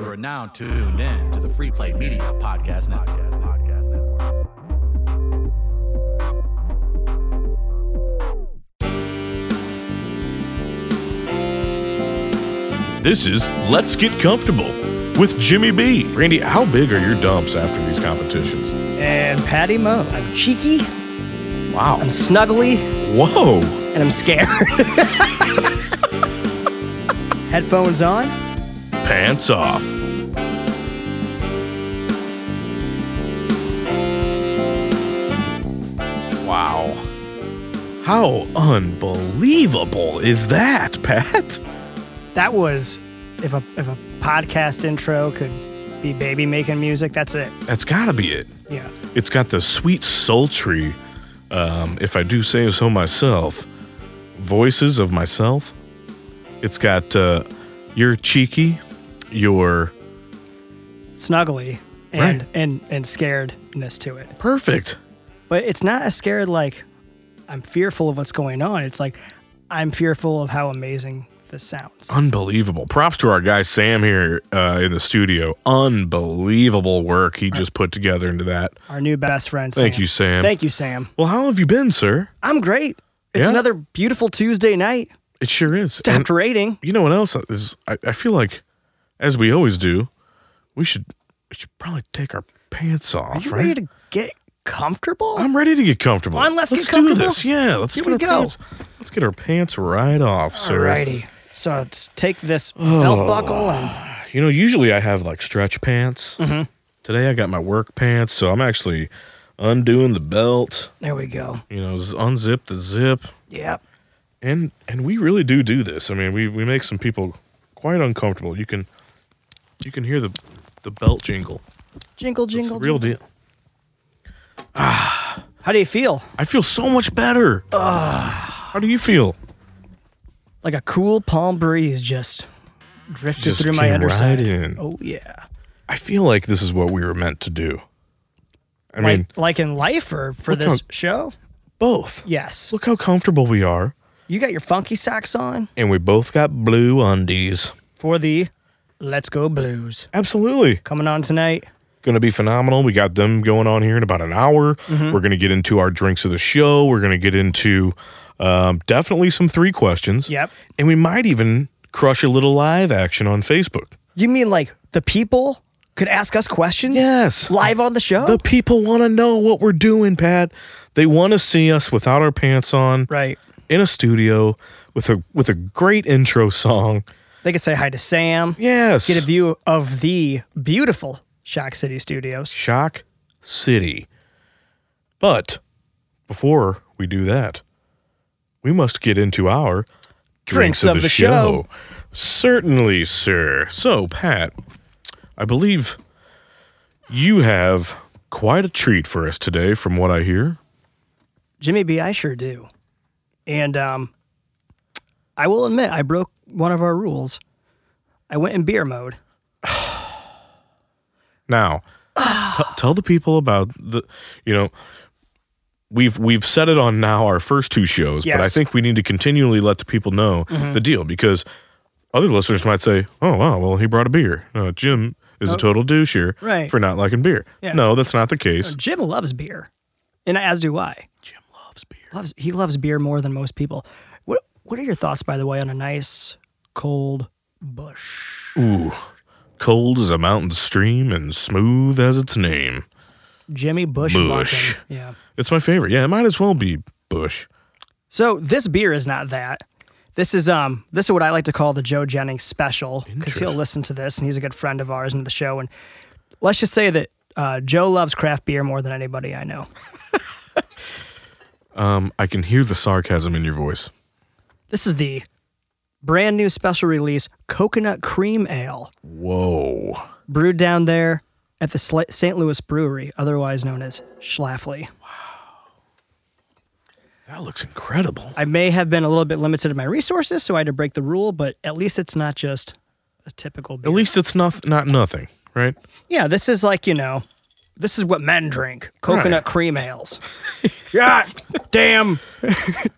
are now tuned in to the Free Play Media Podcast Network. This is Let's Get Comfortable with Jimmy B. Randy, how big are your dumps after these competitions? And Patty Mo. I'm cheeky, Wow. I'm snuggly, Whoa. and I'm scared. Headphones on. Pants off. Wow. How unbelievable is that, Pat? That was if a if a podcast intro could be baby making music, that's it. That's got to be it. Yeah. It's got the sweet, sultry, um, if I do say so myself, voices of myself. It's got uh, you're cheeky, you're Snuggly and Right. and and scaredness to it. perfect. But it's not a scared like I'm fearful of what's going on. It's like I'm fearful of how amazing this sounds. Unbelievable. Props to our guy Sam here uh, in the studio. Unbelievable work he just put together into that. Our new best friend. Thank you, Sam. Thank you, Sam. Well, how have you been, sir? I'm great. It's Yeah. another beautiful Tuesday night. It sure is. And Stopped raining. you know what else is? I, I feel like, as we always do, we should we should probably take our pants off. Are you right? ready to get comfortable? I'm ready to get comfortable. On, let's get do comfortable. this. Yeah, let's Here get we our go. pants. Let's get our pants right off, sir. Alrighty. So let's take this Oh. belt buckle and You know, usually I have like stretch pants. Mm-hmm. Today I got my work pants, so I'm actually undoing the belt. there we go. You know, z- unzip the zip, Yep. and and we really do do this. I mean, we we make some people quite uncomfortable. You can you can hear the the belt jingle. Jingle, It's the jingle, real deal. How do you feel? I feel so much better. How do you feel? Like a cool palm breeze just drifted Just through my came underside. right in. Oh yeah. I feel like this is what we were meant to do. I like, mean, like in life or for Look this how- show? both. Yes. Look how comfortable we are. You got your funky socks on And we both got blue undies. for the Let's Go Blues. Absolutely. Coming on tonight. Going to be phenomenal. We got them going on here in about an hour. Mm-hmm. We're going to get into our drinks of the show. We're going to get into um, definitely some three questions. Yep. And we might even crush a little live action on Facebook. You mean like the people could ask us questions? Yes. Live on the show? The people want to know what we're doing, Pat. They want to see us without our pants on. right. in a studio with a with a great intro song. They could say hi to Sam. Yes. Get a view of the beautiful Shock City Studios. Shock City. But before we do that, we must get into our Drinks of the show. Certainly, sir. So, Pat, I believe you have quite a treat for us today from what I hear. Jimmy B, I sure do. And um, I will admit, I broke one of our rules. I went in beer mode. Now, t- tell the people about the, you know, we've we've said it on now our first two shows, but I Yes. think we need to continually let the people know the deal because other listeners might say, "Oh wow, well he brought a beer." No, Jim is a total douche here Right. for not liking beer. Yeah. Oh, No, that's not the case. Jim loves beer, and as do I. Jim loves beer. Loves he loves beer more than most people. What What are your thoughts, by the way, on a nice cold bush? Ooh, cold as a mountain stream and smooth as its name. Jimmy Bush, Bush. Bunting. Yeah. It's my favorite. Yeah, it might as well be Bush. So this beer is not that. This is um this is what I like to call the Joe Jennings special because he'll Interesting. listen to this and he's a good friend of ours and the show and let's just say that uh, Joe loves craft beer more than anybody I know. Um, I can hear the sarcasm in your voice. This is the brand new special release coconut cream ale Whoa. brewed down there at the Sla- St. Louis Brewery, otherwise known as Schlafly. That looks incredible. I may have been a little bit limited in my resources, so I had to break the rule, but at least it's not just a typical beer. At least it's not not nothing, right? Yeah, this is like, you know, this is what men drink. Coconut cream ales. God damn.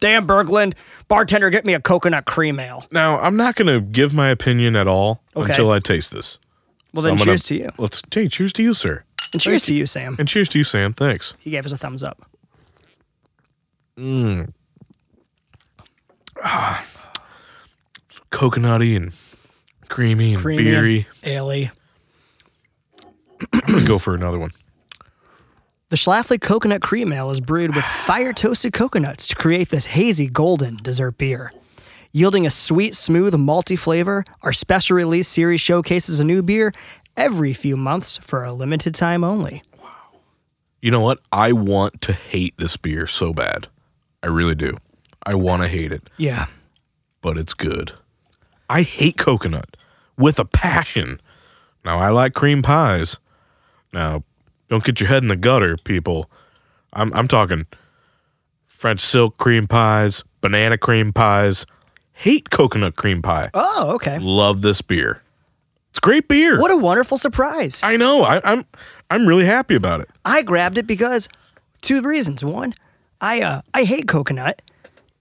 damn Berglund. Bartender, get me a coconut cream ale. Now, I'm not going to give my opinion at all Okay. until I taste this. Well, then I'm gonna- cheers to you. Let's hey, cheers to you, sir, And cheers to you, Sam. and cheers to you, Sam. Thanks. He gave us a thumbs up. Coconutty and creamy and Creamy, beery. ale-y. I'm gonna go for another one. The Schlafly Coconut Cream Ale is brewed with fire toasted coconuts to create this hazy golden dessert beer. Yielding a sweet, smooth, malty flavor, our special release series showcases a new beer every few months for a limited time only. You know what? I want to hate this beer so bad. I really do. I want to hate it, Yeah. but it's good. I hate coconut with a passion. Now, I like cream pies. Now, don't get your head in the gutter, people. I'm, I'm talking French silk cream pies, banana cream pies. Hate coconut cream pie. Oh, okay. Love this beer. It's great beer. What a wonderful surprise. I know. I, I'm I'm really happy about it. I grabbed it because two reasons. One, I uh, I hate coconut,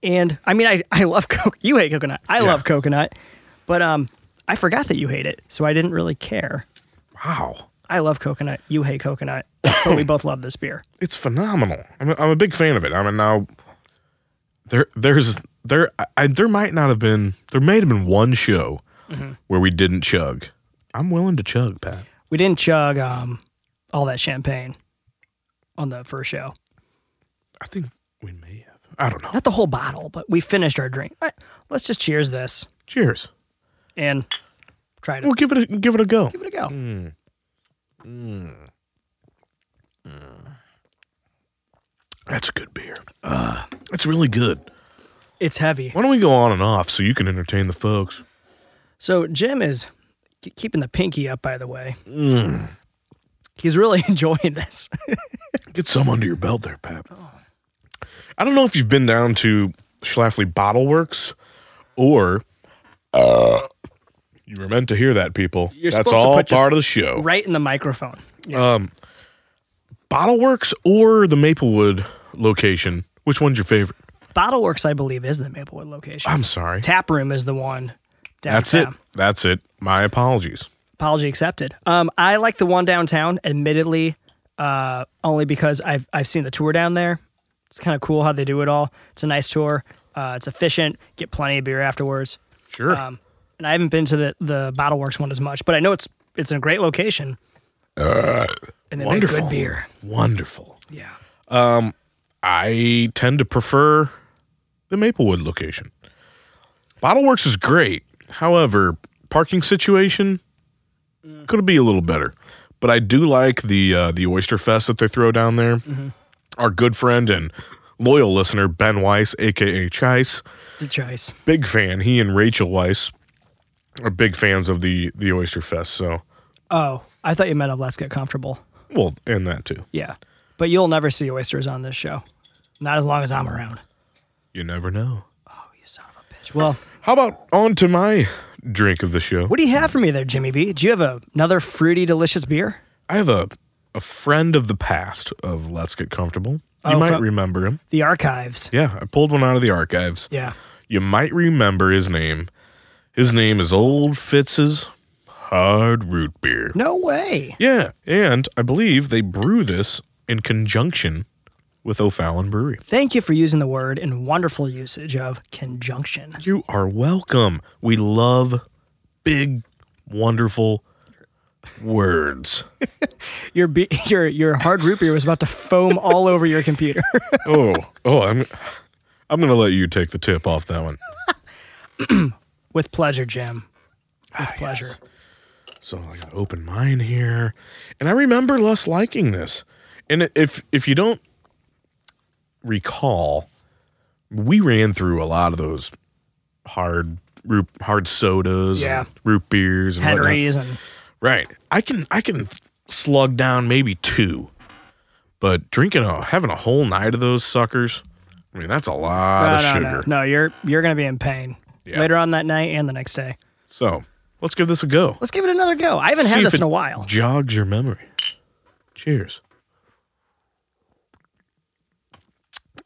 and I mean I I love co- you hate coconut. I love coconut, but um I forgot that you hate it, so I didn't really care. Wow. I love coconut. You hate coconut, but we both love this beer. it's phenomenal. I'm a, I'm a big fan of it. I mean, now there there's there I, there might not have been there may have been one show where we didn't chug. I'm willing to chug, Pat. We didn't chug um all that champagne on the first show. I think we may have. I don't know. Not the whole bottle, but we finished our drink. But let's just cheers this Cheers. and try to We'll give it a, give it a go. give it a go. That's a good beer. Uh, it's really good. It's heavy. Why don't we go on and off so you can entertain the folks? So Jim is k- keeping the pinky up, by the way. Mm. He's really enjoying this. Get some under your belt there, Pap. I don't know if you've been down to Schlafly Bottle Works or uh, you were meant to hear that, people. You're That's supposed to all put your- part of the show. right in the microphone. Bottle Works or the Maplewood location. Which one's your favorite? Bottleworks, I believe, is the Maplewood location. I'm sorry. Tap Room is the one. Downtown. That's it. That's it. My apologies. Apology accepted. Um, I like the one downtown, admittedly, uh, only because I've I've seen the tour down there. It's kind of cool how they do it all. It's a nice tour. Uh, it's efficient. Get plenty of beer afterwards. Sure. Um, and I haven't been to the the Bottleworks one as much, but I know it's it's in a great location. and they Wonderful. make good beer. Wonderful. Yeah. I tend to prefer the Maplewood location. Bottleworks is great. However, parking situation could be a little better. But I do like the uh, the Oyster Fest that they throw down there. Our good friend and loyal listener Ben Weiss, aka Chice, The choice. big fan. He and Rachel Weiss are big fans of the the Oyster Fest. So, Oh, I thought you meant of Let's Get Comfortable. well, and that too. Yeah. But you'll never see oysters on this show. Not as long as I'm around. You never know. You son of a bitch. Well, How about on to my drink of the show? what do you have for me there, Jimmy B? Do you have a, another fruity, delicious beer? I have a a friend of the past of Let's Get Comfortable. You Oh, might from- remember him. The Archives. Yeah, I pulled one out of the archives. Yeah. You might remember his name. His name is Old Fitz's Hard Root Beer. No way. Yeah, and I believe they brew this in conjunction with O'Fallon Brewery. Thank you for using the word and wonderful usage of conjunction. You are welcome. We love big, wonderful words. Your be- your your hard root beer was about to foam all over your computer. oh, oh, I'm I'm going to let you take the tip off that one. With pleasure, Jim. With pleasure. So I got open mine here, and I remember us liking this. And if if you don't recall, we ran through a lot of those hard root hard sodas, Yeah. and root beers, and whatnot. Henry's and Right. I can I can slug down maybe two, but drinking a having a whole night of those suckers. I mean that's a lot no, of no, sugar. no, no. You're you're gonna be in pain Yeah. later on that night and the next day. So let's give this a go. Let's give it another go. I haven't See had if this in it a while. Jogs your memory. Cheers.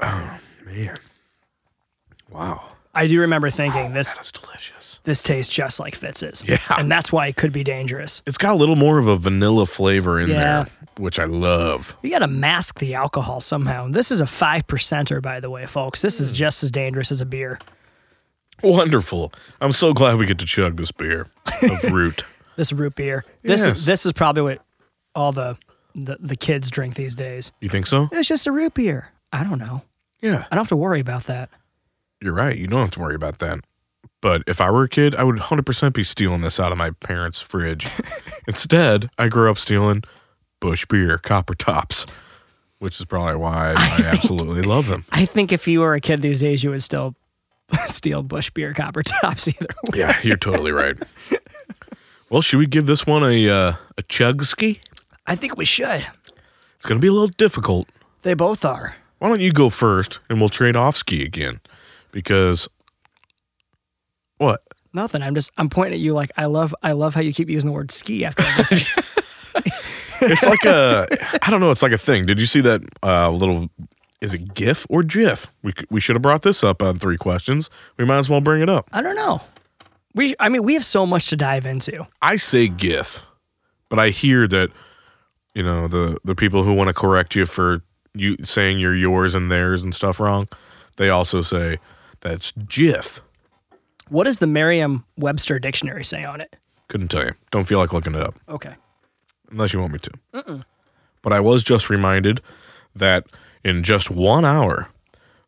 Oh man. Wow. I do remember thinking this That's delicious. this tastes just like Fitz's. Yeah. And that's why it could be dangerous. It's got a little more of a vanilla flavor in Yeah. there, which I love. You got to mask the alcohol somehow. This is a 5%er, by the way, folks. This Hmm. is just as dangerous as a beer. Wonderful. I'm so glad we get to chug this beer of root. This root beer. This Yes. is this is probably what all the, the the kids drink these days. You think so? It's just a root beer. I don't know. Yeah. I don't have to worry about that. You're right. You don't have to worry about that. But if I were a kid, I would 100% be stealing this out of my parents' fridge. Instead, I grew up stealing Bush beer, copper tops, which is probably why I absolutely love them. I think if you were a kid these days, you would still steal Bush beer copper tops either way. Yeah, you're totally right. Well, should we give this one a uh, a chug ski? I think we should. It's going to be a little difficult. They both are. Why don't you go first and we'll trade off ski again? Because what? Nothing. I'm just I'm pointing at you like I love I love how you keep using the word ski after everything. It's like a I don't know, it's like a thing. Did you see that uh, little is it GIF or GIF? We c- we should have brought this up on three questions. We might as well bring it up. I don't know. We I mean we have so much to dive into. I say GIF, but I hear that you know the the people who want to correct you for you saying you're yours and theirs and stuff wrong, they also say that's GIF. What does the Merriam-Webster dictionary say on it? Couldn't tell you. Don't feel like looking it up. Okay. unless you want me to. But I was just reminded that in just one hour,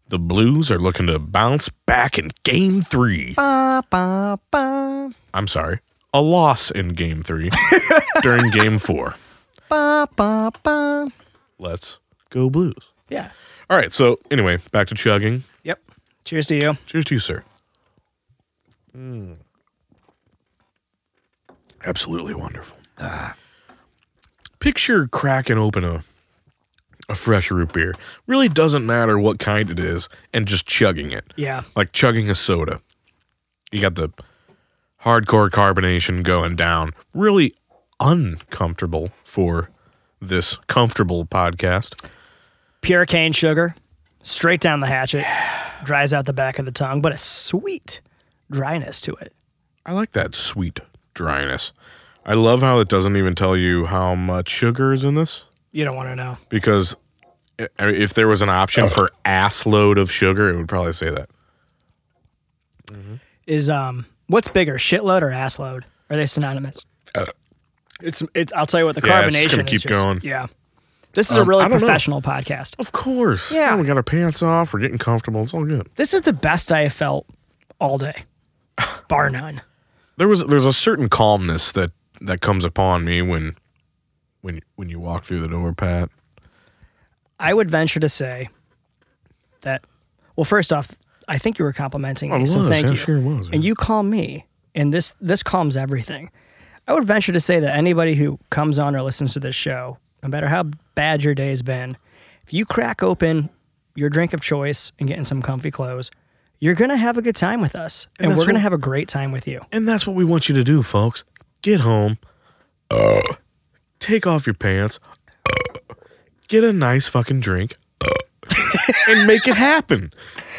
the Blues are looking to bounce back in game three. Ba, ba, ba, I'm sorry, a loss in game three during game four. ba, ba, ba. Let's go, Blues. Yeah. All right, so anyway, back to chugging. Yep. Cheers to you. Cheers to you, sir. Mm. Absolutely wonderful. Picture cracking open a a fresh root beer. Really doesn't matter what kind it is, and just chugging it. Yeah. Like chugging a soda. You got the hardcore carbonation going down. Really uncomfortable for this comfortable podcast. Pure cane sugar, straight down the hatchet. Dries out the back of the tongue, but a sweet dryness to it. I like that sweet dryness. I love how it doesn't even tell you how much sugar is in this You don't want to know. because i- I mean, if there was an option for ass load of sugar, it would probably say that. Is um what's bigger, shitload or assload? Are they synonymous? it's it's I'll tell you what the Uh, Yeah, carbonation it's just gonna is keep just- going. Um, Yeah. This is a really I don't know. professional podcast. Of course. Yeah. Oh, we got our pants off. We're getting comfortable. It's all good. This is the best I have felt all day. Bar none. There was there's a certain calmness that that comes upon me when when when you walk through the door, Pat. I would venture to say that well, first off, I think you were complimenting I me, so was, thank yeah, you. sure was, And yeah. you call me, and this this calms everything. I would venture to say that anybody who comes on or listens to this show, no matter how bad your day's been, if you crack open your drink of choice and get in some comfy clothes, you're gonna have a good time with us, and, that's we're gonna what- have a great time with you. And that's what we want you to do, folks. Get home, take off your pants, get a nice fucking drink, and make it happen.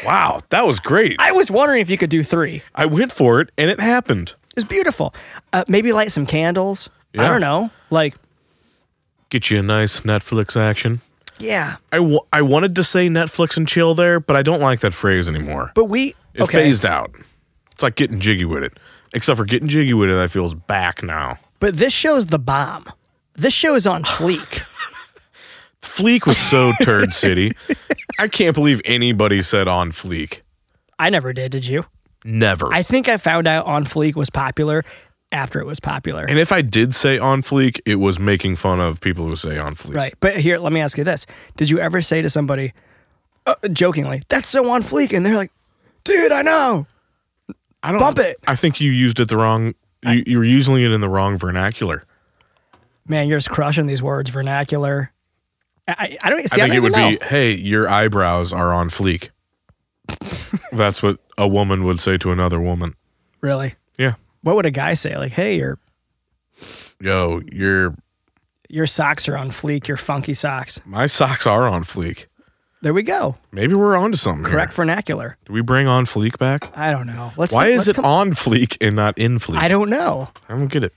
Wow, that was great. I was wondering if you could do three. I went for it and it happened. It's beautiful. Uh, maybe light some candles. I Yeah. don't know. Like, Get you a nice Netflix action. yeah. I wa- I wanted to say Netflix and chill there, but I don't like that phrase anymore. But we It okay. phased out. It's like getting jiggy with it. Except for getting jiggy with it, I feels back now. But this show's the bomb. This show is on fleek. Fleek was so turd city. I can't believe anybody said on fleek. I never did, did you? Never. I think I found out on fleek was popular after it was popular. and if I did say on fleek, it was making fun of people who say on fleek. right. But here, let me ask you this. Did you ever say to somebody uh, jokingly, "That's so on fleek," and they're like, "Dude, I know." I don't Bump it. I think you used it the wrong. You, you were using it in the wrong vernacular. Man, you're just crushing these words vernacular. I- I, I don't see. I I, think don't it would even know. be, "Hey, your eyebrows are on fleek." That's what a woman would say to another woman. really. Yeah. What would a guy say? Like, "Hey, your Yo, your your socks are on fleek. Your funky socks." my socks are on fleek. There we go. Maybe we're onto something. here. Correct vernacular. Do we bring on Fleek back? I don't know. Let's Why is let's it come- on Fleek and not in Fleek? I don't know. I don't get it.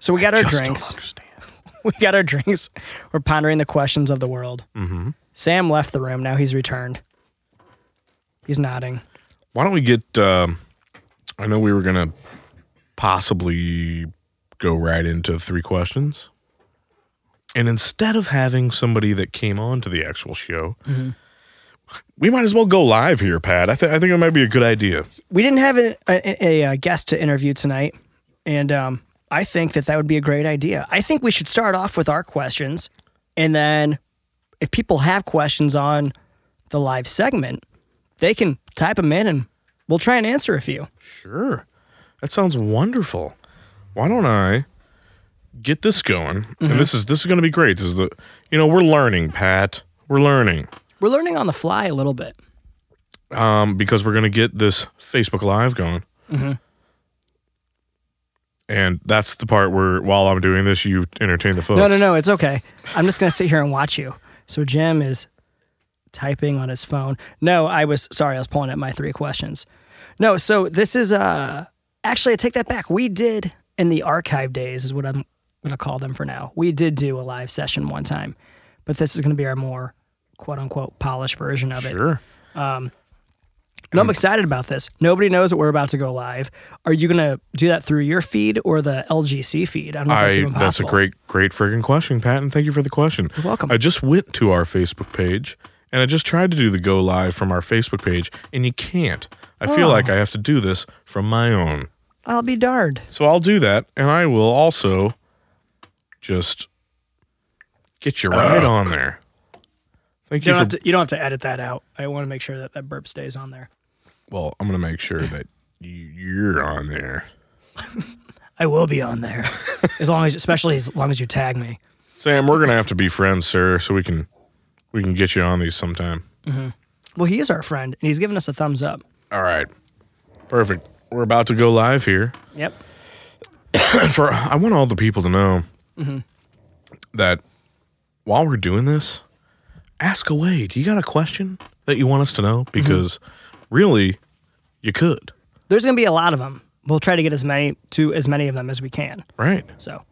So we got our Just don't drinks. understand. We got our drinks. We're pondering the questions of the world. Mm-hmm. Sam left the room. Now he's returned. He's nodding. Why don't we get? Um, I know we were gonna possibly go right into three questions, and instead of having somebody that came on to the actual show, we might as well go live here, Pat. I, th- I think it might be a good idea. We didn't have a, a, a, uh, guest to interview tonight, and um, I think that that would be a great idea. I think we should start off with our questions, and then if people have questions on the live segment, they can type them in, and we'll try and answer a few. Sure, that sounds wonderful. Why don't I get this going? And this is this is gonna be great. This is the you know we're learning, Pat. We're learning. We're learning on the fly a little bit. um, because we're going to get this Facebook Live going. Mm-hmm. And that's the part where, while I'm doing this, you entertain the folks. No, no, no, it's okay. I'm just gonna sit here and watch you. So Jim is typing on his phone. No, I was sorry, I was pulling up my three questions. No, so this is uh actually I take that back. We did in the archive days is what I'm gonna call them for now. We did do a live session one time, but this is gonna be our more quote unquote polished version of it. Sure. No, I'm excited about this. Nobody knows that we're about to go live. Are you gonna do that through your feed or the LGC feed? I don't know if that's I, even possible. that's a great, great friggin' question, Pat, and thank you for the question. You're welcome. I just went to our Facebook page and I just tried to do the go live from our Facebook page, and you can't. I feel Oh. like I have to do this from my own. I'll be darned. So I'll do that, and I will also just get you right on there. Thank You you don't, for have to, you don't have to edit that out. I want to make sure that that burp stays on there. Well, I'm gonna make sure that you, you're on there. I will be on there, as long as, especially as long as you tag me. Sam, we're gonna have to be friends, sir, so we can we can get you on these sometime. Well, he is our friend, and he's giving us a thumbs up. All right, perfect. We're about to go live here. Yep. For I want all the people to know that while we're doing this, ask away. Do you got a question that you want us to know? Because really, you could, There's going to be a lot of them. We'll try to get as many to as many of them as we can. right? So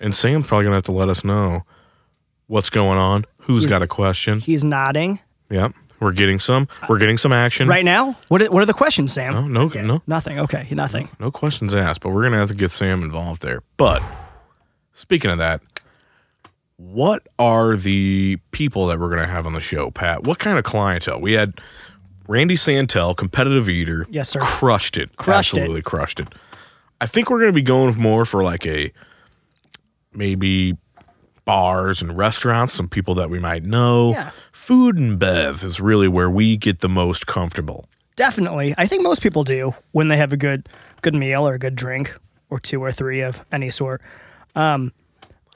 And Sam's probably gonna have to let us know what's going on. Who's got a question? he's nodding Yep. We're getting some. We're getting some action. right now. What are, what are the questions, Sam? No, no, no, Nothing. Okay, nothing. no questions asked. But we're gonna have to get Sam involved there. But speaking of that, what are the people that we're gonna have on the show, Pat? What kind of clientele? We had Randy Santel, competitive eater. Yes, sir. Crushed it. Crushed it. Absolutely crushed it. I think we're gonna be going more for like a maybe bars and restaurants, some people that we might know. Yeah. Food and bev is really where we get the most comfortable. Definitely. I think most people do when they have a good good meal or a good drink or two or three of any sort. Um,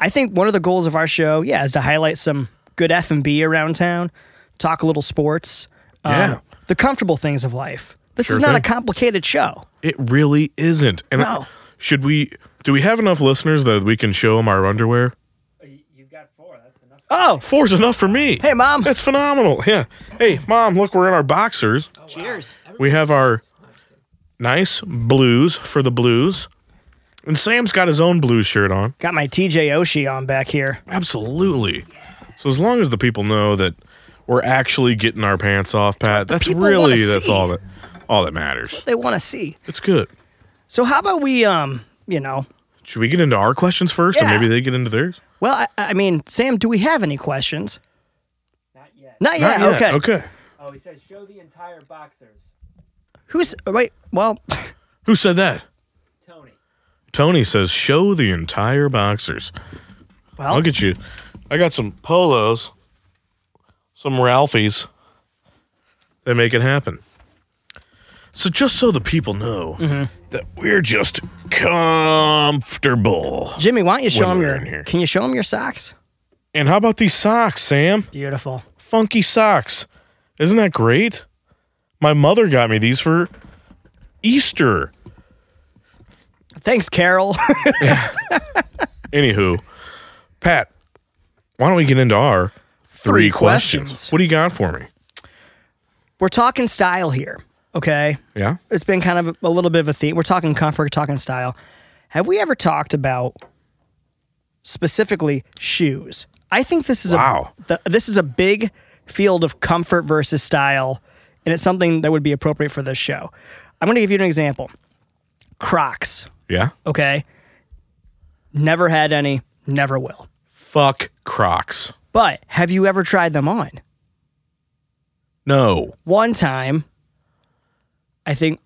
I think one of the goals of our show, yeah, is to highlight some good F and B around town, talk a little sports, um, Yeah. the comfortable things of life. This Sure is not a thing. complicated show. It really isn't. And No. should we? Do we have enough listeners that we can show them our underwear? Oh, Four's enough for me. Hey, Mom. That's phenomenal. Yeah. Hey, mom. Look, we're in our boxers. cheers! We have our nice blues for the blues, and Sam's got his own blues shirt on. Got my TJ Oshie on back here. Absolutely. So as long as the people know that we're actually getting our pants off, Pat, that's people wanna really that's see. all that all that matters. They want to see. It's good. So how about we, um, you know, Should we get into our questions first, Yeah. and maybe they get into theirs? well, I, I mean, Sam, do we have any questions? Not yet. Not yet. Not yet. Okay. Okay. Oh, he says show the entire boxers. Who's wait? Well, Who said that? Tony. Tony says, "Show the entire boxers." well, I'll get you. I got some polos, some Ralphies. They make it happen. So just so the people know Mm-hmm. that we're just comfortable. Jimmy, why don't you show when him we're your? in here. Can you show him your socks? And how about these socks, Sam? Beautiful. Funky socks. Isn't that great? My mother got me these for Easter. Thanks, Carol. Anywho, Pat, why don't we get into our three, Three questions. questions. What do you got for me? We're talking style here, okay? Yeah. It's been kind of a little bit of a theme. We're talking comfort, talking style. Have we ever talked about specifically shoes? I think this is Wow. a th- this is a big field of comfort versus style, and it's something that would be appropriate for this show. I'm going to give you an example. Crocs, Yeah. okay? Never had any, never will. Fuck Crocs. But have you ever tried them on? No. one time, I think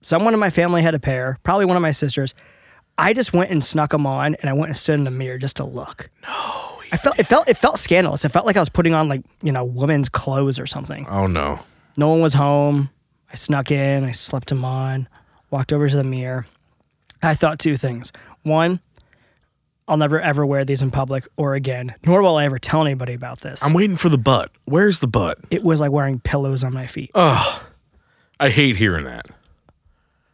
someone in my family had a pair, probably one of my sisters. I just went and snuck them on, and I went and stood in the mirror just to look. No, I felt it felt it felt scandalous. It felt like I was putting on like you know women's clothes or something. Oh no. No one was home. I snuck in. I slept them on. Walked over to the mirror. I thought two things. One, I'll never ever wear these in public or again, nor will I ever tell anybody about this. I'm waiting for the butt. Where's the butt? it was like wearing pillows on my feet. I hate hearing that.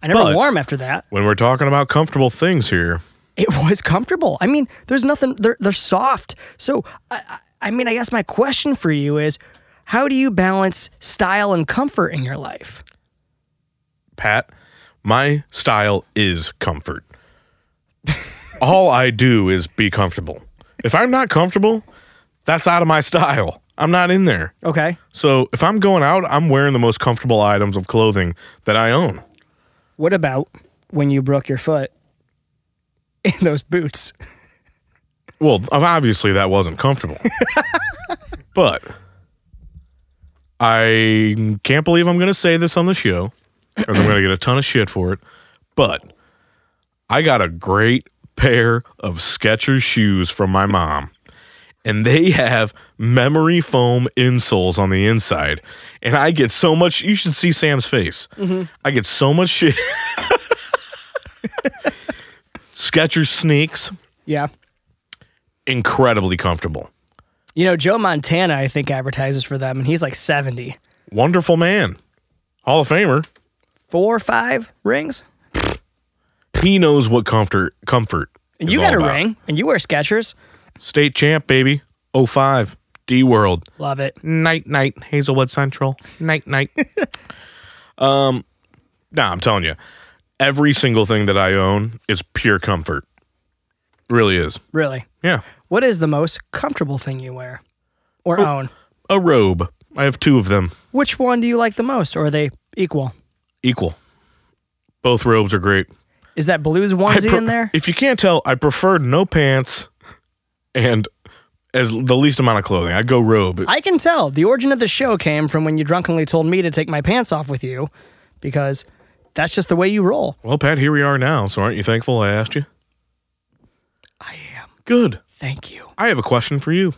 I never but- wore them after that. When we're talking about comfortable things here, it was comfortable. I mean, there's nothing. They're they're soft. So I, I I mean, I guess my question for you is, how do you balance style and comfort in your life? Pat, my style is comfort. All I do is be comfortable. If I'm not comfortable, that's out of my style. I'm not in there. Okay. So if I'm going out, I'm wearing the most comfortable items of clothing that I own. What about when you broke your foot in those boots? Well, obviously that wasn't comfortable. but I can't believe I'm going to say this on the show because I'm going to get a ton of shit for it. But I got a great pair of Skechers shoes from my mom. And they have memory foam insoles on the inside. And I get so much. You should see Sam's face. I get so much shit. Skechers sneaks Yeah. incredibly comfortable. You know, Joe Montana, I think, advertises for them, and he's like 70. Wonderful man. Hall of Famer. Four or five rings? He knows what comfort comfort. And is you all got a about. ring, and you wear Skechers. State champ, baby. 05. D World. Love it. Night night. Hazelwood Central. Night night. um Nah, I'm telling you. Every single thing that I own is pure comfort. Really is. Really. Yeah. What is the most comfortable thing you wear or own? A robe. I have two of them. Which one do you like the most, or are they equal? Equal. Both robes are great. Is that blues I onesie pre- in there? If you can't tell, I prefer no pants and as the least amount of clothing. I go robe. I can tell. The origin of the show came from when you drunkenly told me to take my pants off with you because that's just the way you roll. well, Pat, here we are now. So aren't you thankful I asked you? I am. Good. Thank you. I have a question for you.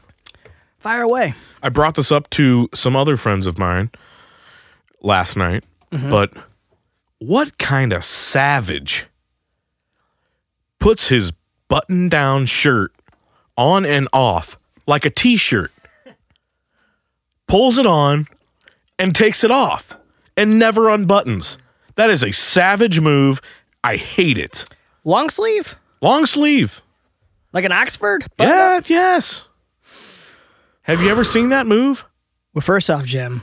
Fire away. I brought this up to some other friends of mine last night, but what kind of savage puts his button down shirt on and off like a t shirt, pulls it on, and takes it off and never unbuttons? That is a savage move. I hate it. Long sleeve? Long sleeve. Like an Oxford? But- Yeah, yes. Have you ever seen that move? Well, first off, Jim,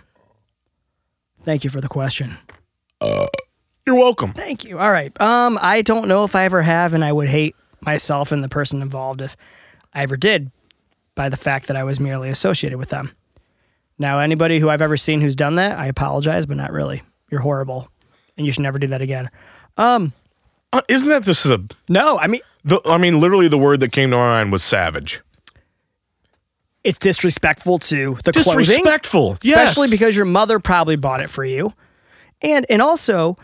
thank you for the question. You're welcome. Thank you. All right. Um, I don't know if I ever have, and I would hate myself and the person involved if I ever did by the fact that I was merely associated with them. Now, anybody who I've ever seen who's done that, I apologize, but not really. You're horrible, and you should never do that again. Um, Uh, isn't that just a No, I mean The, I mean, literally, the word that came to my mind was savage. it's disrespectful to the clothing. Disrespectful. Yes. especially because your mother probably bought it for you and and also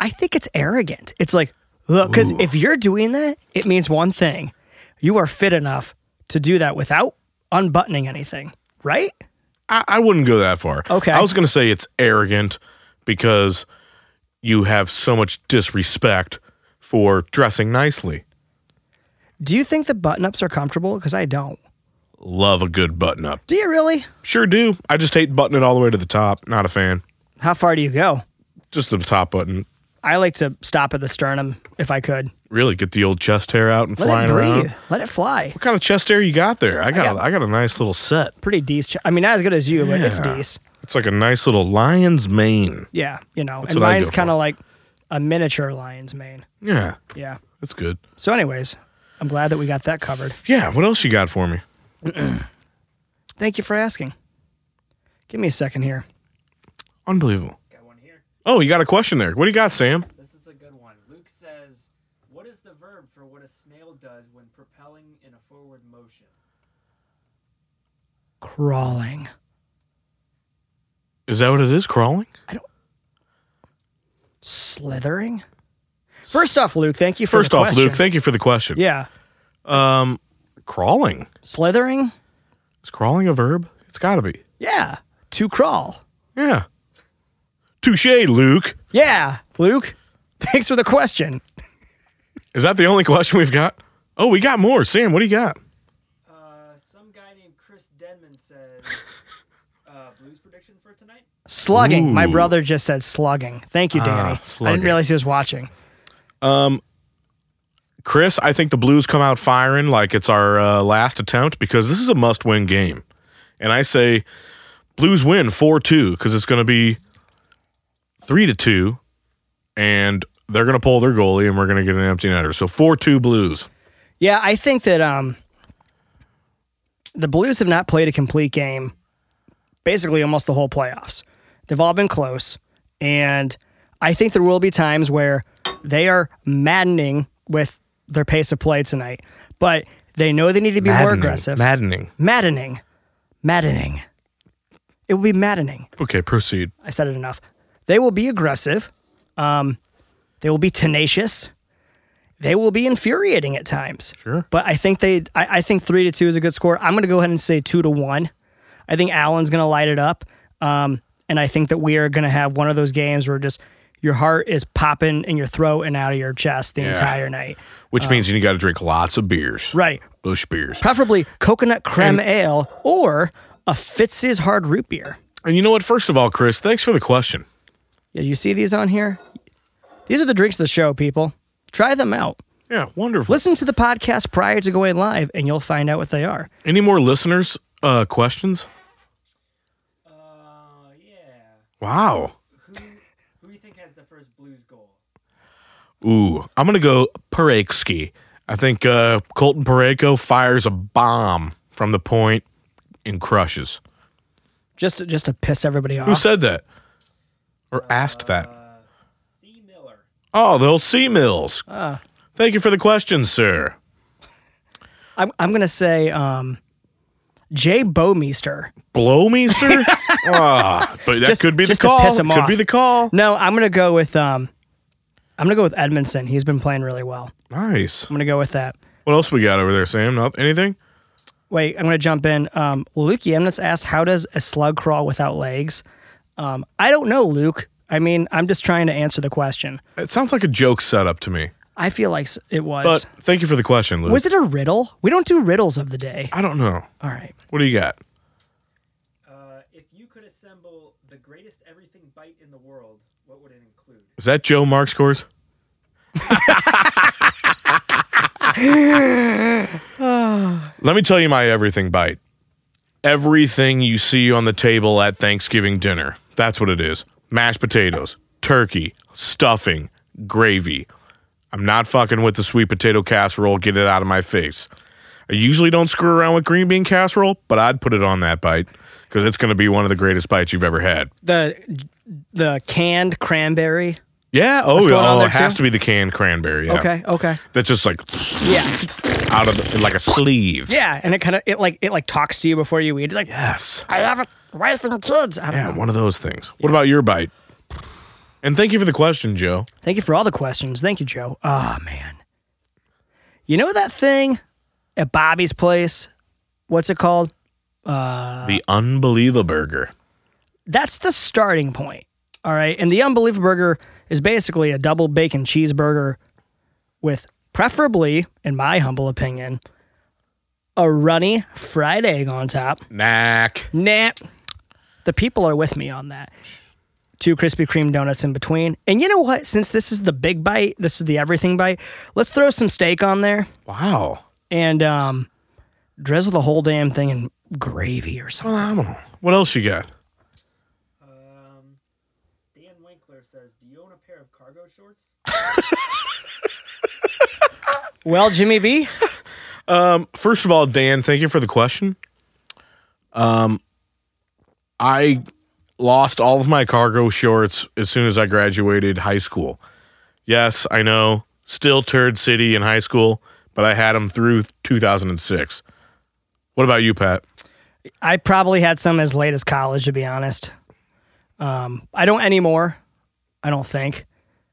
i think it's arrogant it's like look because if you're doing that it means one thing you are fit enough to do that without unbuttoning anything right I, I wouldn't go that far. Okay. I was going to say it's arrogant because you have so much disrespect for dressing nicely. do you think the button-ups are comfortable because i don't Love a good button up. do you really Sure do. I just hate buttoning it all the way to the top. Not a fan. how far do you go Just the top button. I like to stop at the sternum if I could. Really get the old chest hair out and Let flying it breathe. around. Let it fly. What kind of chest hair you got there? I got, I got- got, a nice little set. Pretty decent. I mean, not as good as you, but it's Yeah. decent. It's like a nice little lion's mane. Yeah, you know. and what I mine's go kind for. of like a miniature lion's mane. Yeah, Yeah. that's good. So, anyways, I'm glad that we got that covered. Yeah, what else you got for me? Thank you for asking. Give me a second here. Unbelievable. Got one here. Oh, you got a question there. What do you got, Sam? This is a good one. Luke says, "What is the verb for what a snail does when propelling in a forward motion?" Crawling. Is that what it is? Crawling? Slithering? First off, Luke, thank you for First the off, question. Luke, thank you for the question. Yeah. Crawling. Slithering? Is crawling a verb? It's got to be. Yeah. To crawl. Yeah. Touche, Luke. Yeah, Luke. Thanks for the question. Is that the only question we've got? Oh, we got more. Sam, what do you got? Uh, some guy named Chris Denman says, uh, "Blues prediction for tonight." Slugging. My Ooh. Ah, brother just said slugging. Thank you, Danny. I slugging. didn't realize he was watching. Chris, I think the Blues come out firing like it's our uh, last attempt because this is a must win game. And I say Blues win 4 2 because it's going to be 3 to 2, and they're going to pull their goalie, and we're going to get an empty netter. So 4 2 Blues. Yeah, I think that um, the Blues have not played a complete game basically almost the whole playoffs. They've all been close. And I think there will be times where they are maddening with their pace of play tonight, but they know they need to be more aggressive. Maddening. maddening. Maddening. It will be maddening. Okay, proceed. I said it enough. They will be aggressive. Um, they will be tenacious. They will be infuriating at times. Sure. But I think they. I, I think three to two is a good score. I'm going to go ahead and say two to one. I think Allen's going to light it up. Um, and I think that we are going to have one of those games where just your heart is popping in your throat and out of your chest the entire night. Which means you got to drink lots of beers. Right. Bush beers. Preferably coconut creme ale or a Fitz's hard root beer. And you know what? First of all, Chris, thanks for the question. Yeah, you see these on here? These are the drinks of the show, people. Try them out. Yeah, wonderful. Listen to the podcast prior to going live, and you'll find out what they are. Any more listeners' uh, questions? Uh, yeah. Wow. Who, who do you think has the first Blues goal? Ooh, I'm gonna go Parekski. I think uh, Colton Pareko fires a bomb from the point and crushes. Just to, just to piss everybody off. Who said that? Or asked Uh, that? C. Miller. Oh, the old sea mills. Ah. Thank you for the question, sir. I'm, I'm gonna say um, Jay Bomeister. Blowmeester? ah, but that Just- could be the just to call. piss him could off. be the call. No, I'm gonna go with um, I'm gonna go with Edmondson. He's been playing really well. Nice. I'm gonna go with that. What else we got over there, Sam? Not anything? Wait, I'm gonna jump in. Um, Luke Yemnitz asked, "How does a slug crawl without legs?" Um, I don't know, Luke. I mean, I'm just trying to answer the question. It sounds like a joke setup to me. I feel like s- it was. But thank you for the question, Luke. was it a riddle? We don't do riddles of the day. I don't know. All right. What do you got? Uh, if you could assemble the greatest everything bite in the world, what would it include? Is that Joe Marks course? Let me tell you my everything bite. Everything you see on the table at Thanksgiving dinner. That's what it is. Mashed potatoes, turkey, stuffing, gravy. I'm not fucking with the sweet potato casserole. Get it out of my face. I usually don't screw around with green bean casserole, but I'd put it on that bite because it's going to be one of the greatest bites you've ever had. The the canned cranberry. Yeah. Oh, going on oh there, it has too? to be the canned cranberry. Yeah. Okay. Okay. That's just like Yeah. out of the, like a sleeve. Yeah. And it kind of it like it like talks to you before you eat. It's like Yes. I have a wife and kids. I don't Yeah, know. one of those things. What about your bite? And thank you for the question, Joe. Thank you for all the questions. Thank you, Joe. Oh man. You know that thing at Bobby's place? What's it called? the unbelievable burger. That's the starting point. All right. And the Unbelievable Burger is basically a double bacon cheeseburger with preferably, in my humble opinion, a runny fried egg on top. Knack. Nah. The people are with me on that. two Krispy Kreme donuts in between. And you know what? Since this is the big bite, this is the everything bite, let's throw some steak on there Wow. and um, drizzle the whole damn thing in gravy or something. Phenomenal. What else you got? Um, Dan Winkler says, "Do you own a pair of cargo shorts?" Well, Jimmy B, First of all, Dan, thank you for the question. Um, I lost all of my cargo shorts as soon as I graduated high school. Yes, I know, still turd city in high school, but I had them through 2006. What about you, Pat? I probably had some as late as college, to be honest. Um, I don't anymore. I don't think.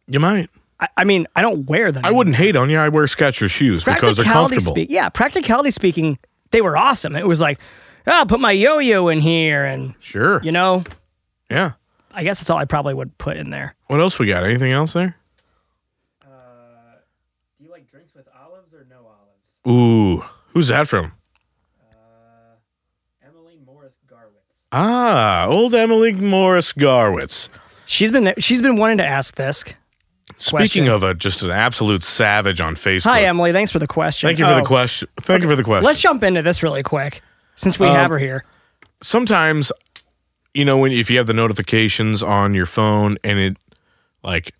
You might. I, I mean, I don't wear them. I wouldn't hate on you. I wear Skechers shoes because they're comfortable. speak- yeah, practicality speaking, they were awesome. It was like, oh, I'll put my yo-yo in here, and sure. you know, yeah. I guess that's all I probably would put in there. What else we got? Anything else there? Uh, do you like drinks with olives or no olives? Ooh, who's that from? Uh, Emily Morris Garwitz. Ah, old Emily Morris Garwitz. She's been she's been wanting to ask this. Speaking Question. of a just an absolute savage on Facebook. Hi, Emily. Thanks for the question. Thank you for Oh, the question. Thank you for the question. Let's jump into this really quick since Um, we have her here. Sometimes, you know, when if you have the notifications on your phone and it, like,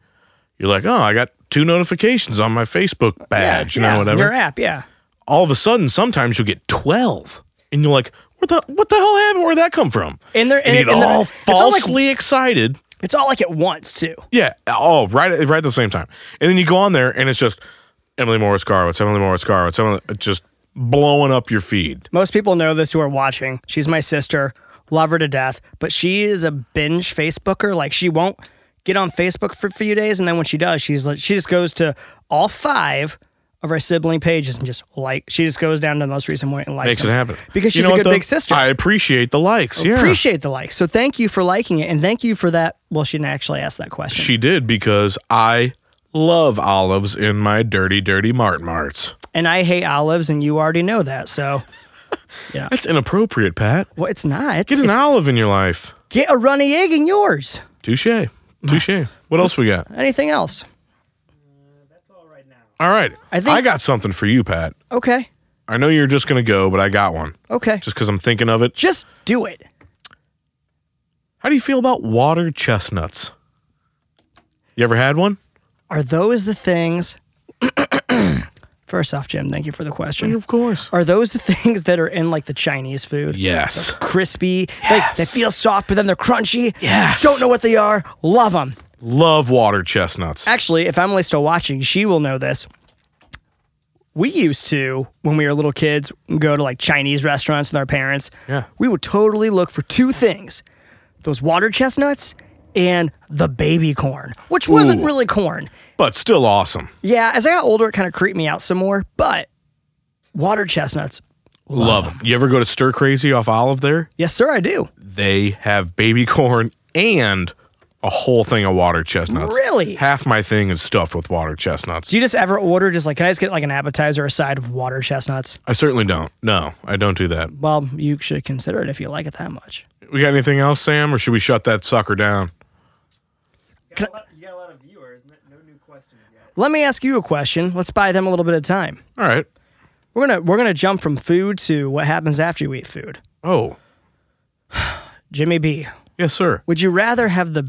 you're like, oh, I got two notifications on my Facebook badge, you yeah, know, whatever. Your app, yeah. All of a sudden, sometimes you'll get twelve, and you're like, what the what the hell happened? Where'd that come from? And they're- and- you get and they're- all it's all like- falsely excited. It's all like at once too. Yeah. Oh, right. at- Right at the same time. And then you go on there, and it's just Emily Morris Garwitz, Emily Morris Garwitz, Emily, just blowing up your feed. Most people know this who are watching. She's my sister, love her to death, but she is a binge Facebooker. Like she won't get on Facebook for a few days, and then when she does, she's like, she just goes to all five of our sibling pages and just like she just goes down to the most recent one and likes Makes it them. happen because You she's know what, a good though? big sister. I appreciate the likes. Yeah, Appreciate the like. So thank you for liking it, and thank you for that. Well, she didn't actually ask that question. she did because I love olives in my dirty, dirty mart marts. and I hate olives, and you already know that. So That's inappropriate, Pat. well, it's not. It's, Get an olive in your life. get a runny egg in yours. Touche. Touche. What else we got? Anything else? That's all right now. All right. I think- I got something for you, Pat. Okay. I know you're just gonna go, but I got one Okay. just because I'm thinking of it. Just do it. How do you feel about water chestnuts? You ever had one? Are those the things? First off, Jim, thank you for the question. course. Are those the things that are in like the Chinese food? Yes. Crispy, like they feel soft, but then they're crunchy. Yes. Don't know what they are. Love them. Love water chestnuts. Actually, if Emily's still watching, she will know this. We used to, when we were little kids, go to like Chinese restaurants with our parents. Yeah. We would totally look for two things those water chestnuts and the baby corn, which wasn't Ooh. really corn. But still awesome. Yeah, as I got older, it kind of creeped me out some more, but water chestnuts. Love them. You ever go to Stir Crazy off Olive there? Yes, sir, I do. They have baby corn and a whole thing of water chestnuts. Really? Half my thing is stuffed with water chestnuts. Do you just ever order just like, can I just get like an appetizer or a side of water chestnuts? I certainly don't. No, I don't do that. Well, you should consider it if you like it that much. We got anything else, Sam, or should we shut that sucker down? You got, a lot, you got a lot of viewers. n- No new questions yet. Let me ask you a question. Let's buy them a little bit of time. All right. We're gonna we're gonna jump from food to what happens after you eat food. Oh, Jimmy B, yes, sir. would you rather have the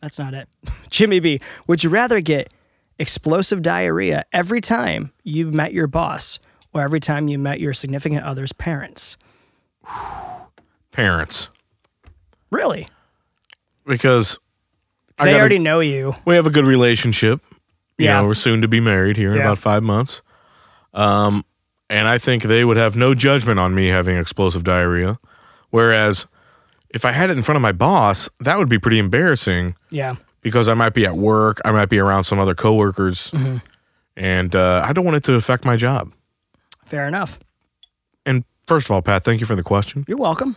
That's not it. Jimmy B, would you rather get explosive diarrhea every time you met your boss or every time you met your significant other's parents? Parents. Really? Because I They gotta- already know you. we have a good relationship. You Yeah. know, we're soon to be married here in Yeah. about five months. Um, and I think they would have no judgment on me having explosive diarrhea. Whereas if I had it in front of my boss, that would be pretty embarrassing Yeah. because I might be at work, I might be around some other coworkers, Mm-hmm. and uh, I don't want it to affect my job. Fair enough. And first of all, Pat, thank you for the question. You're welcome.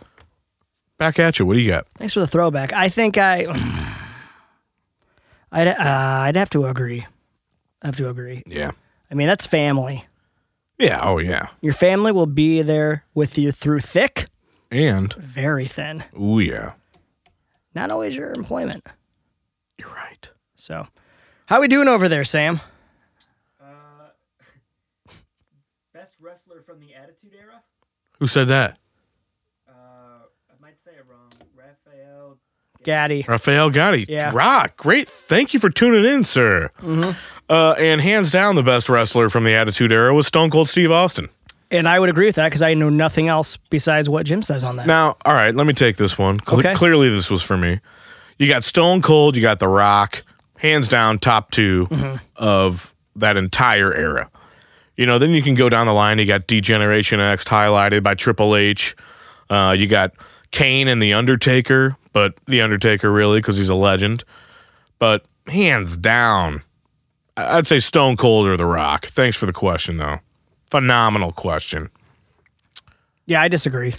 Back at you. What do you got? Thanks for the throwback. I think I I'd uh, I'd have to agree. I have to agree. Yeah. I mean, that's family. Yeah. Oh, yeah. Your family will be there with you through thick, And, very thin. oh, yeah. not always your employment. You're right. So, how we doing over there, Sam? Uh, best wrestler from the Attitude Era? Who said that? Uh, I might say it wrong. Raphael. Gaddy. Rafael Gotti. Yeah. Rock. Great. Thank you for tuning in, sir. Uh, and hands down, the best wrestler from the Attitude Era was Stone Cold Steve Austin. And I would agree with that because I know nothing else besides what Jim says on that. Now, all right, let me take this one. Cle- Okay. Clearly, this was for me. You got Stone Cold, you got The Rock, hands down, top 2 of that entire era. You know, then you can go down the line. You got Degeneration X highlighted by Triple H. Uh, you got Kane and The Undertaker, but The Undertaker really because he's a legend. But hands down, I- I'd say Stone Cold or The Rock. Thanks for the question, though. Phenomenal question. Yeah, I disagree.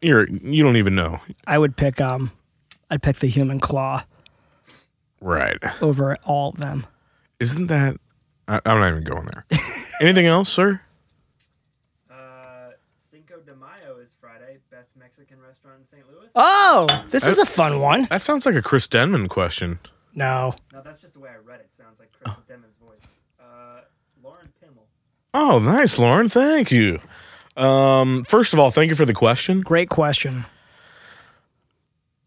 You're you don't even know, I would pick um, I'd pick the human claw right? over all of them. Isn't that? I, I'm not even going there. Anything else, sir? Uh, Cinco de Mayo is Friday. Best Mexican restaurant in St. Louis? Oh, this Uh, is a fun one. That sounds like a Chris Denman question. No, No, that's just the way I read it. Sounds like Chris Demon's voice. Uh, Lauren Pimmel. Oh, nice, Lauren. Thank you. Um, first of all, thank you for the question. great question.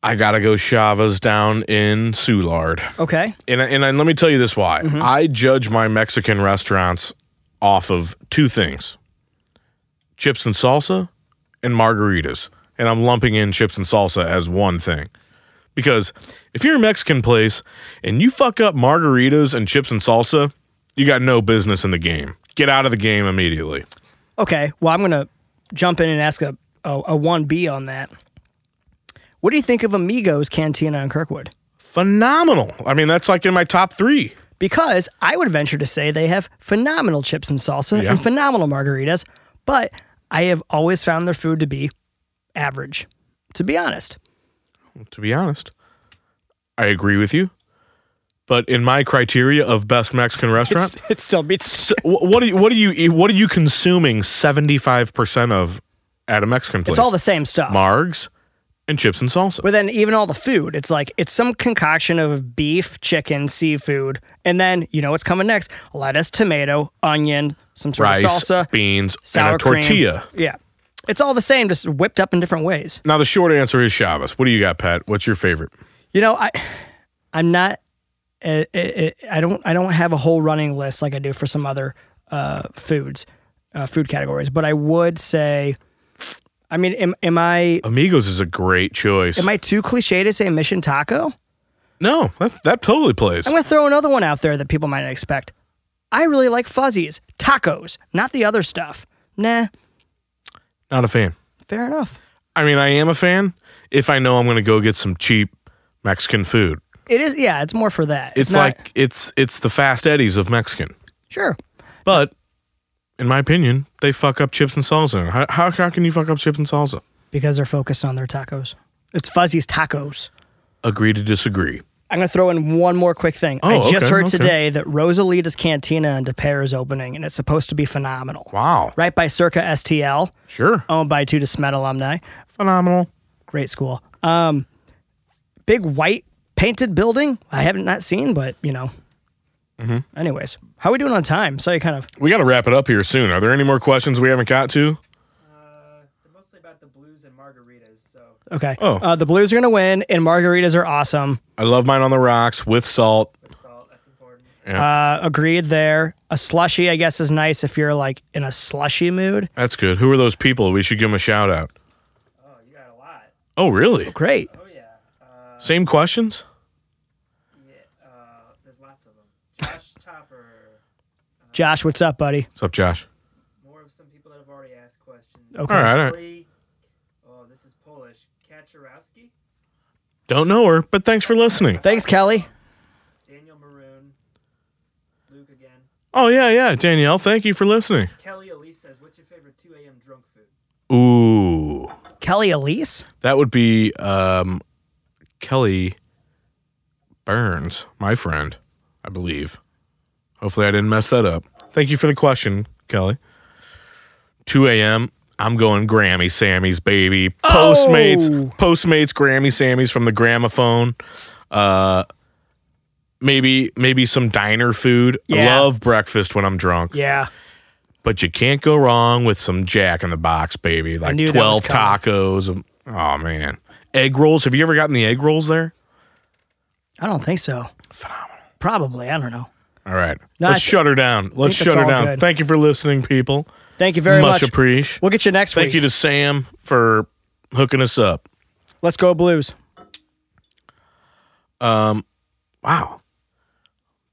I gotta go Chavez down in Soulard, Okay, and I- and I, let me tell you this why I judge my Mexican restaurants off of two things: chips and salsa, and margaritas. And I'm lumping in chips and salsa as one thing. Because if you're a Mexican place and you fuck up margaritas and chips and salsa, you got no business in the game. Get out of the game immediately. okay. Well, I'm gonna jump in and ask a a one B on that. What do you think of Amigos Cantina in Kirkwood? Phenomenal. I mean, that's like in my top three. Because I would venture to say they have phenomenal chips and salsa Yeah. and phenomenal margaritas, but I have always found their food to be average. To be honest, to be honest. I agree with you. But in my criteria of best Mexican restaurant, it's, it still beats. so, wh- what are you, what are you what are you consuming 75% of at a Mexican place? It's all the same stuff. margs and chips and salsa. But then even all the food, it's like it's some concoction of beef, chicken, seafood, and then you know what's coming next: lettuce, tomato, onion, some sort rice, of salsa, beans, sour and a cream. tortilla. Yeah, it's all the same, just whipped up in different ways. Now the short answer is Chavez. What do you got, Pat? What's your favorite? You know, I, I'm not, uh, uh, I don't, I don't have a whole running list like I do for some other uh, foods, uh, food categories, but I would say, I mean, am, am I Amigos is a great choice. am I too cliche to say Mission Taco? no, that that totally plays. I'm going to throw another one out there that people might not expect. I really like fuzzies, tacos, not the other stuff. Nah, Not a fan. fair enough. I mean, I am a fan if I know I'm going to go get some cheap Mexican food. It is, yeah, it's more for that. It's, not, like it's it's the fast eddies of Mexican. sure. But in my opinion, they fuck up chips and salsa. How, how, how can you fuck up chips and salsa? Because they're focused on their tacos. It's fuzzies, tacos. Agree to disagree. I'm going to throw in one more quick thing. I Oh, just okay, heard okay. today that Rosalita's Cantina in De Pere is opening, and it's supposed to be phenomenal. Wow. Right by Circa STL, Sure. owned by two DeSmet alumni. Phenomenal. Great school. Um, big white painted building. I haven't not seen, but you know. Mm-hmm. Anyways, how we doing on time? So you kind of We got to wrap it up here soon. Are there any more questions we haven't got to? Uh, they're mostly about the blues and margaritas, so okay. Oh. Uh, the Blues are gonna win, and margaritas are awesome. I love mine on the rocks with salt. with salt, that's important. Uh, agreed there. A slushy, I guess, is nice if you're like in a slushy mood. That's good. Who are those people? We should give them a shout out. Oh, you got a lot. Oh, really? Great. Oh, yeah. Uh, Same questions? yeah uh, there's lots of them. Josh Topper. Josh, what's up, buddy? What's up, Josh? More of some people that have already asked questions. Okay. All right. All right. Lee- Oh, this is Polish. Kaczorowski, Don't know her, but thanks for listening. Thanks, Kelly. Daniel Maroon, Luke again. Oh, yeah, yeah. Danielle, thank you for listening. Kelly Elise says, "What's your favorite 2 a.m. drunk food?" Ooh. Kelly Elise. That would be um, Kelly Burns, my friend, I believe. Hopefully, I didn't mess that up. Thank you for the question, Kelly. 2 a.m. I'm going Grammy Sammy's baby. Postmates, Oh! Postmates, Grammy Sammy's from the gramophone. Uh, maybe maybe some diner food. Yeah. I love breakfast when I'm drunk, Yeah. but you can't go wrong with some Jack in the Box, baby. Like knew that was twelve tacos. um, Oh man, egg rolls. Have you ever gotten the egg rolls there? I don't think so. Phenomenal. Probably. I don't know. All right, No, I let's thi- shut her down. Let's that's shut her all down. good. Thank you for listening, people. Thank you very much. much appreciated. We'll get you next Thank week. you to Sam for hooking us up. Let's go Blues. Um, Wow.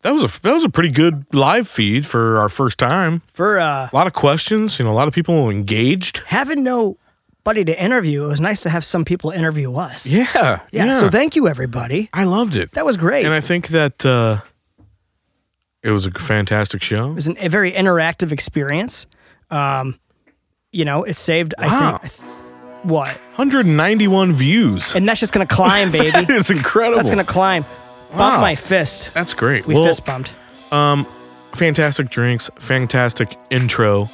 That was a that was a pretty good live feed for our first time. For uh A lot of questions, you know, a lot of people engaged. having nobody to interview, it was nice to have some people interview us. Yeah. Yeah. So thank you everybody. I loved it. That was great. and I think that uh it was a fantastic show. It was an, a very interactive experience. Um, you know, it saved. Wow. I think I th- what, 191 views. and that's just gonna climb, baby. That is incredible. that's gonna climb. Bump Wow. my fist. That's great. We well, fist bumped. fantastic drinks, fantastic intro,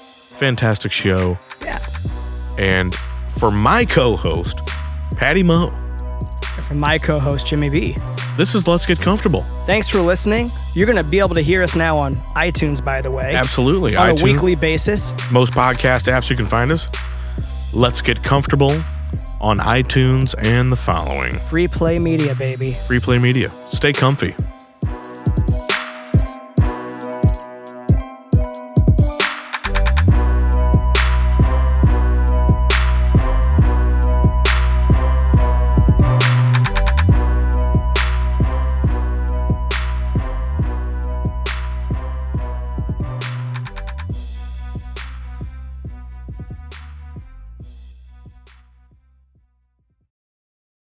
fantastic show. Yeah. And for my co-host, Patty Moe, From my co-host Jimmy B. this is Let's Get Comfortable. Thanks for listening. You're gonna be able to hear us now on iTunes, by the way, Absolutely. on iTunes. a weekly basis. most podcast apps you can find us. Let's get comfortable on iTunes and the following. Free play media, baby. Replay Media. Stay comfy.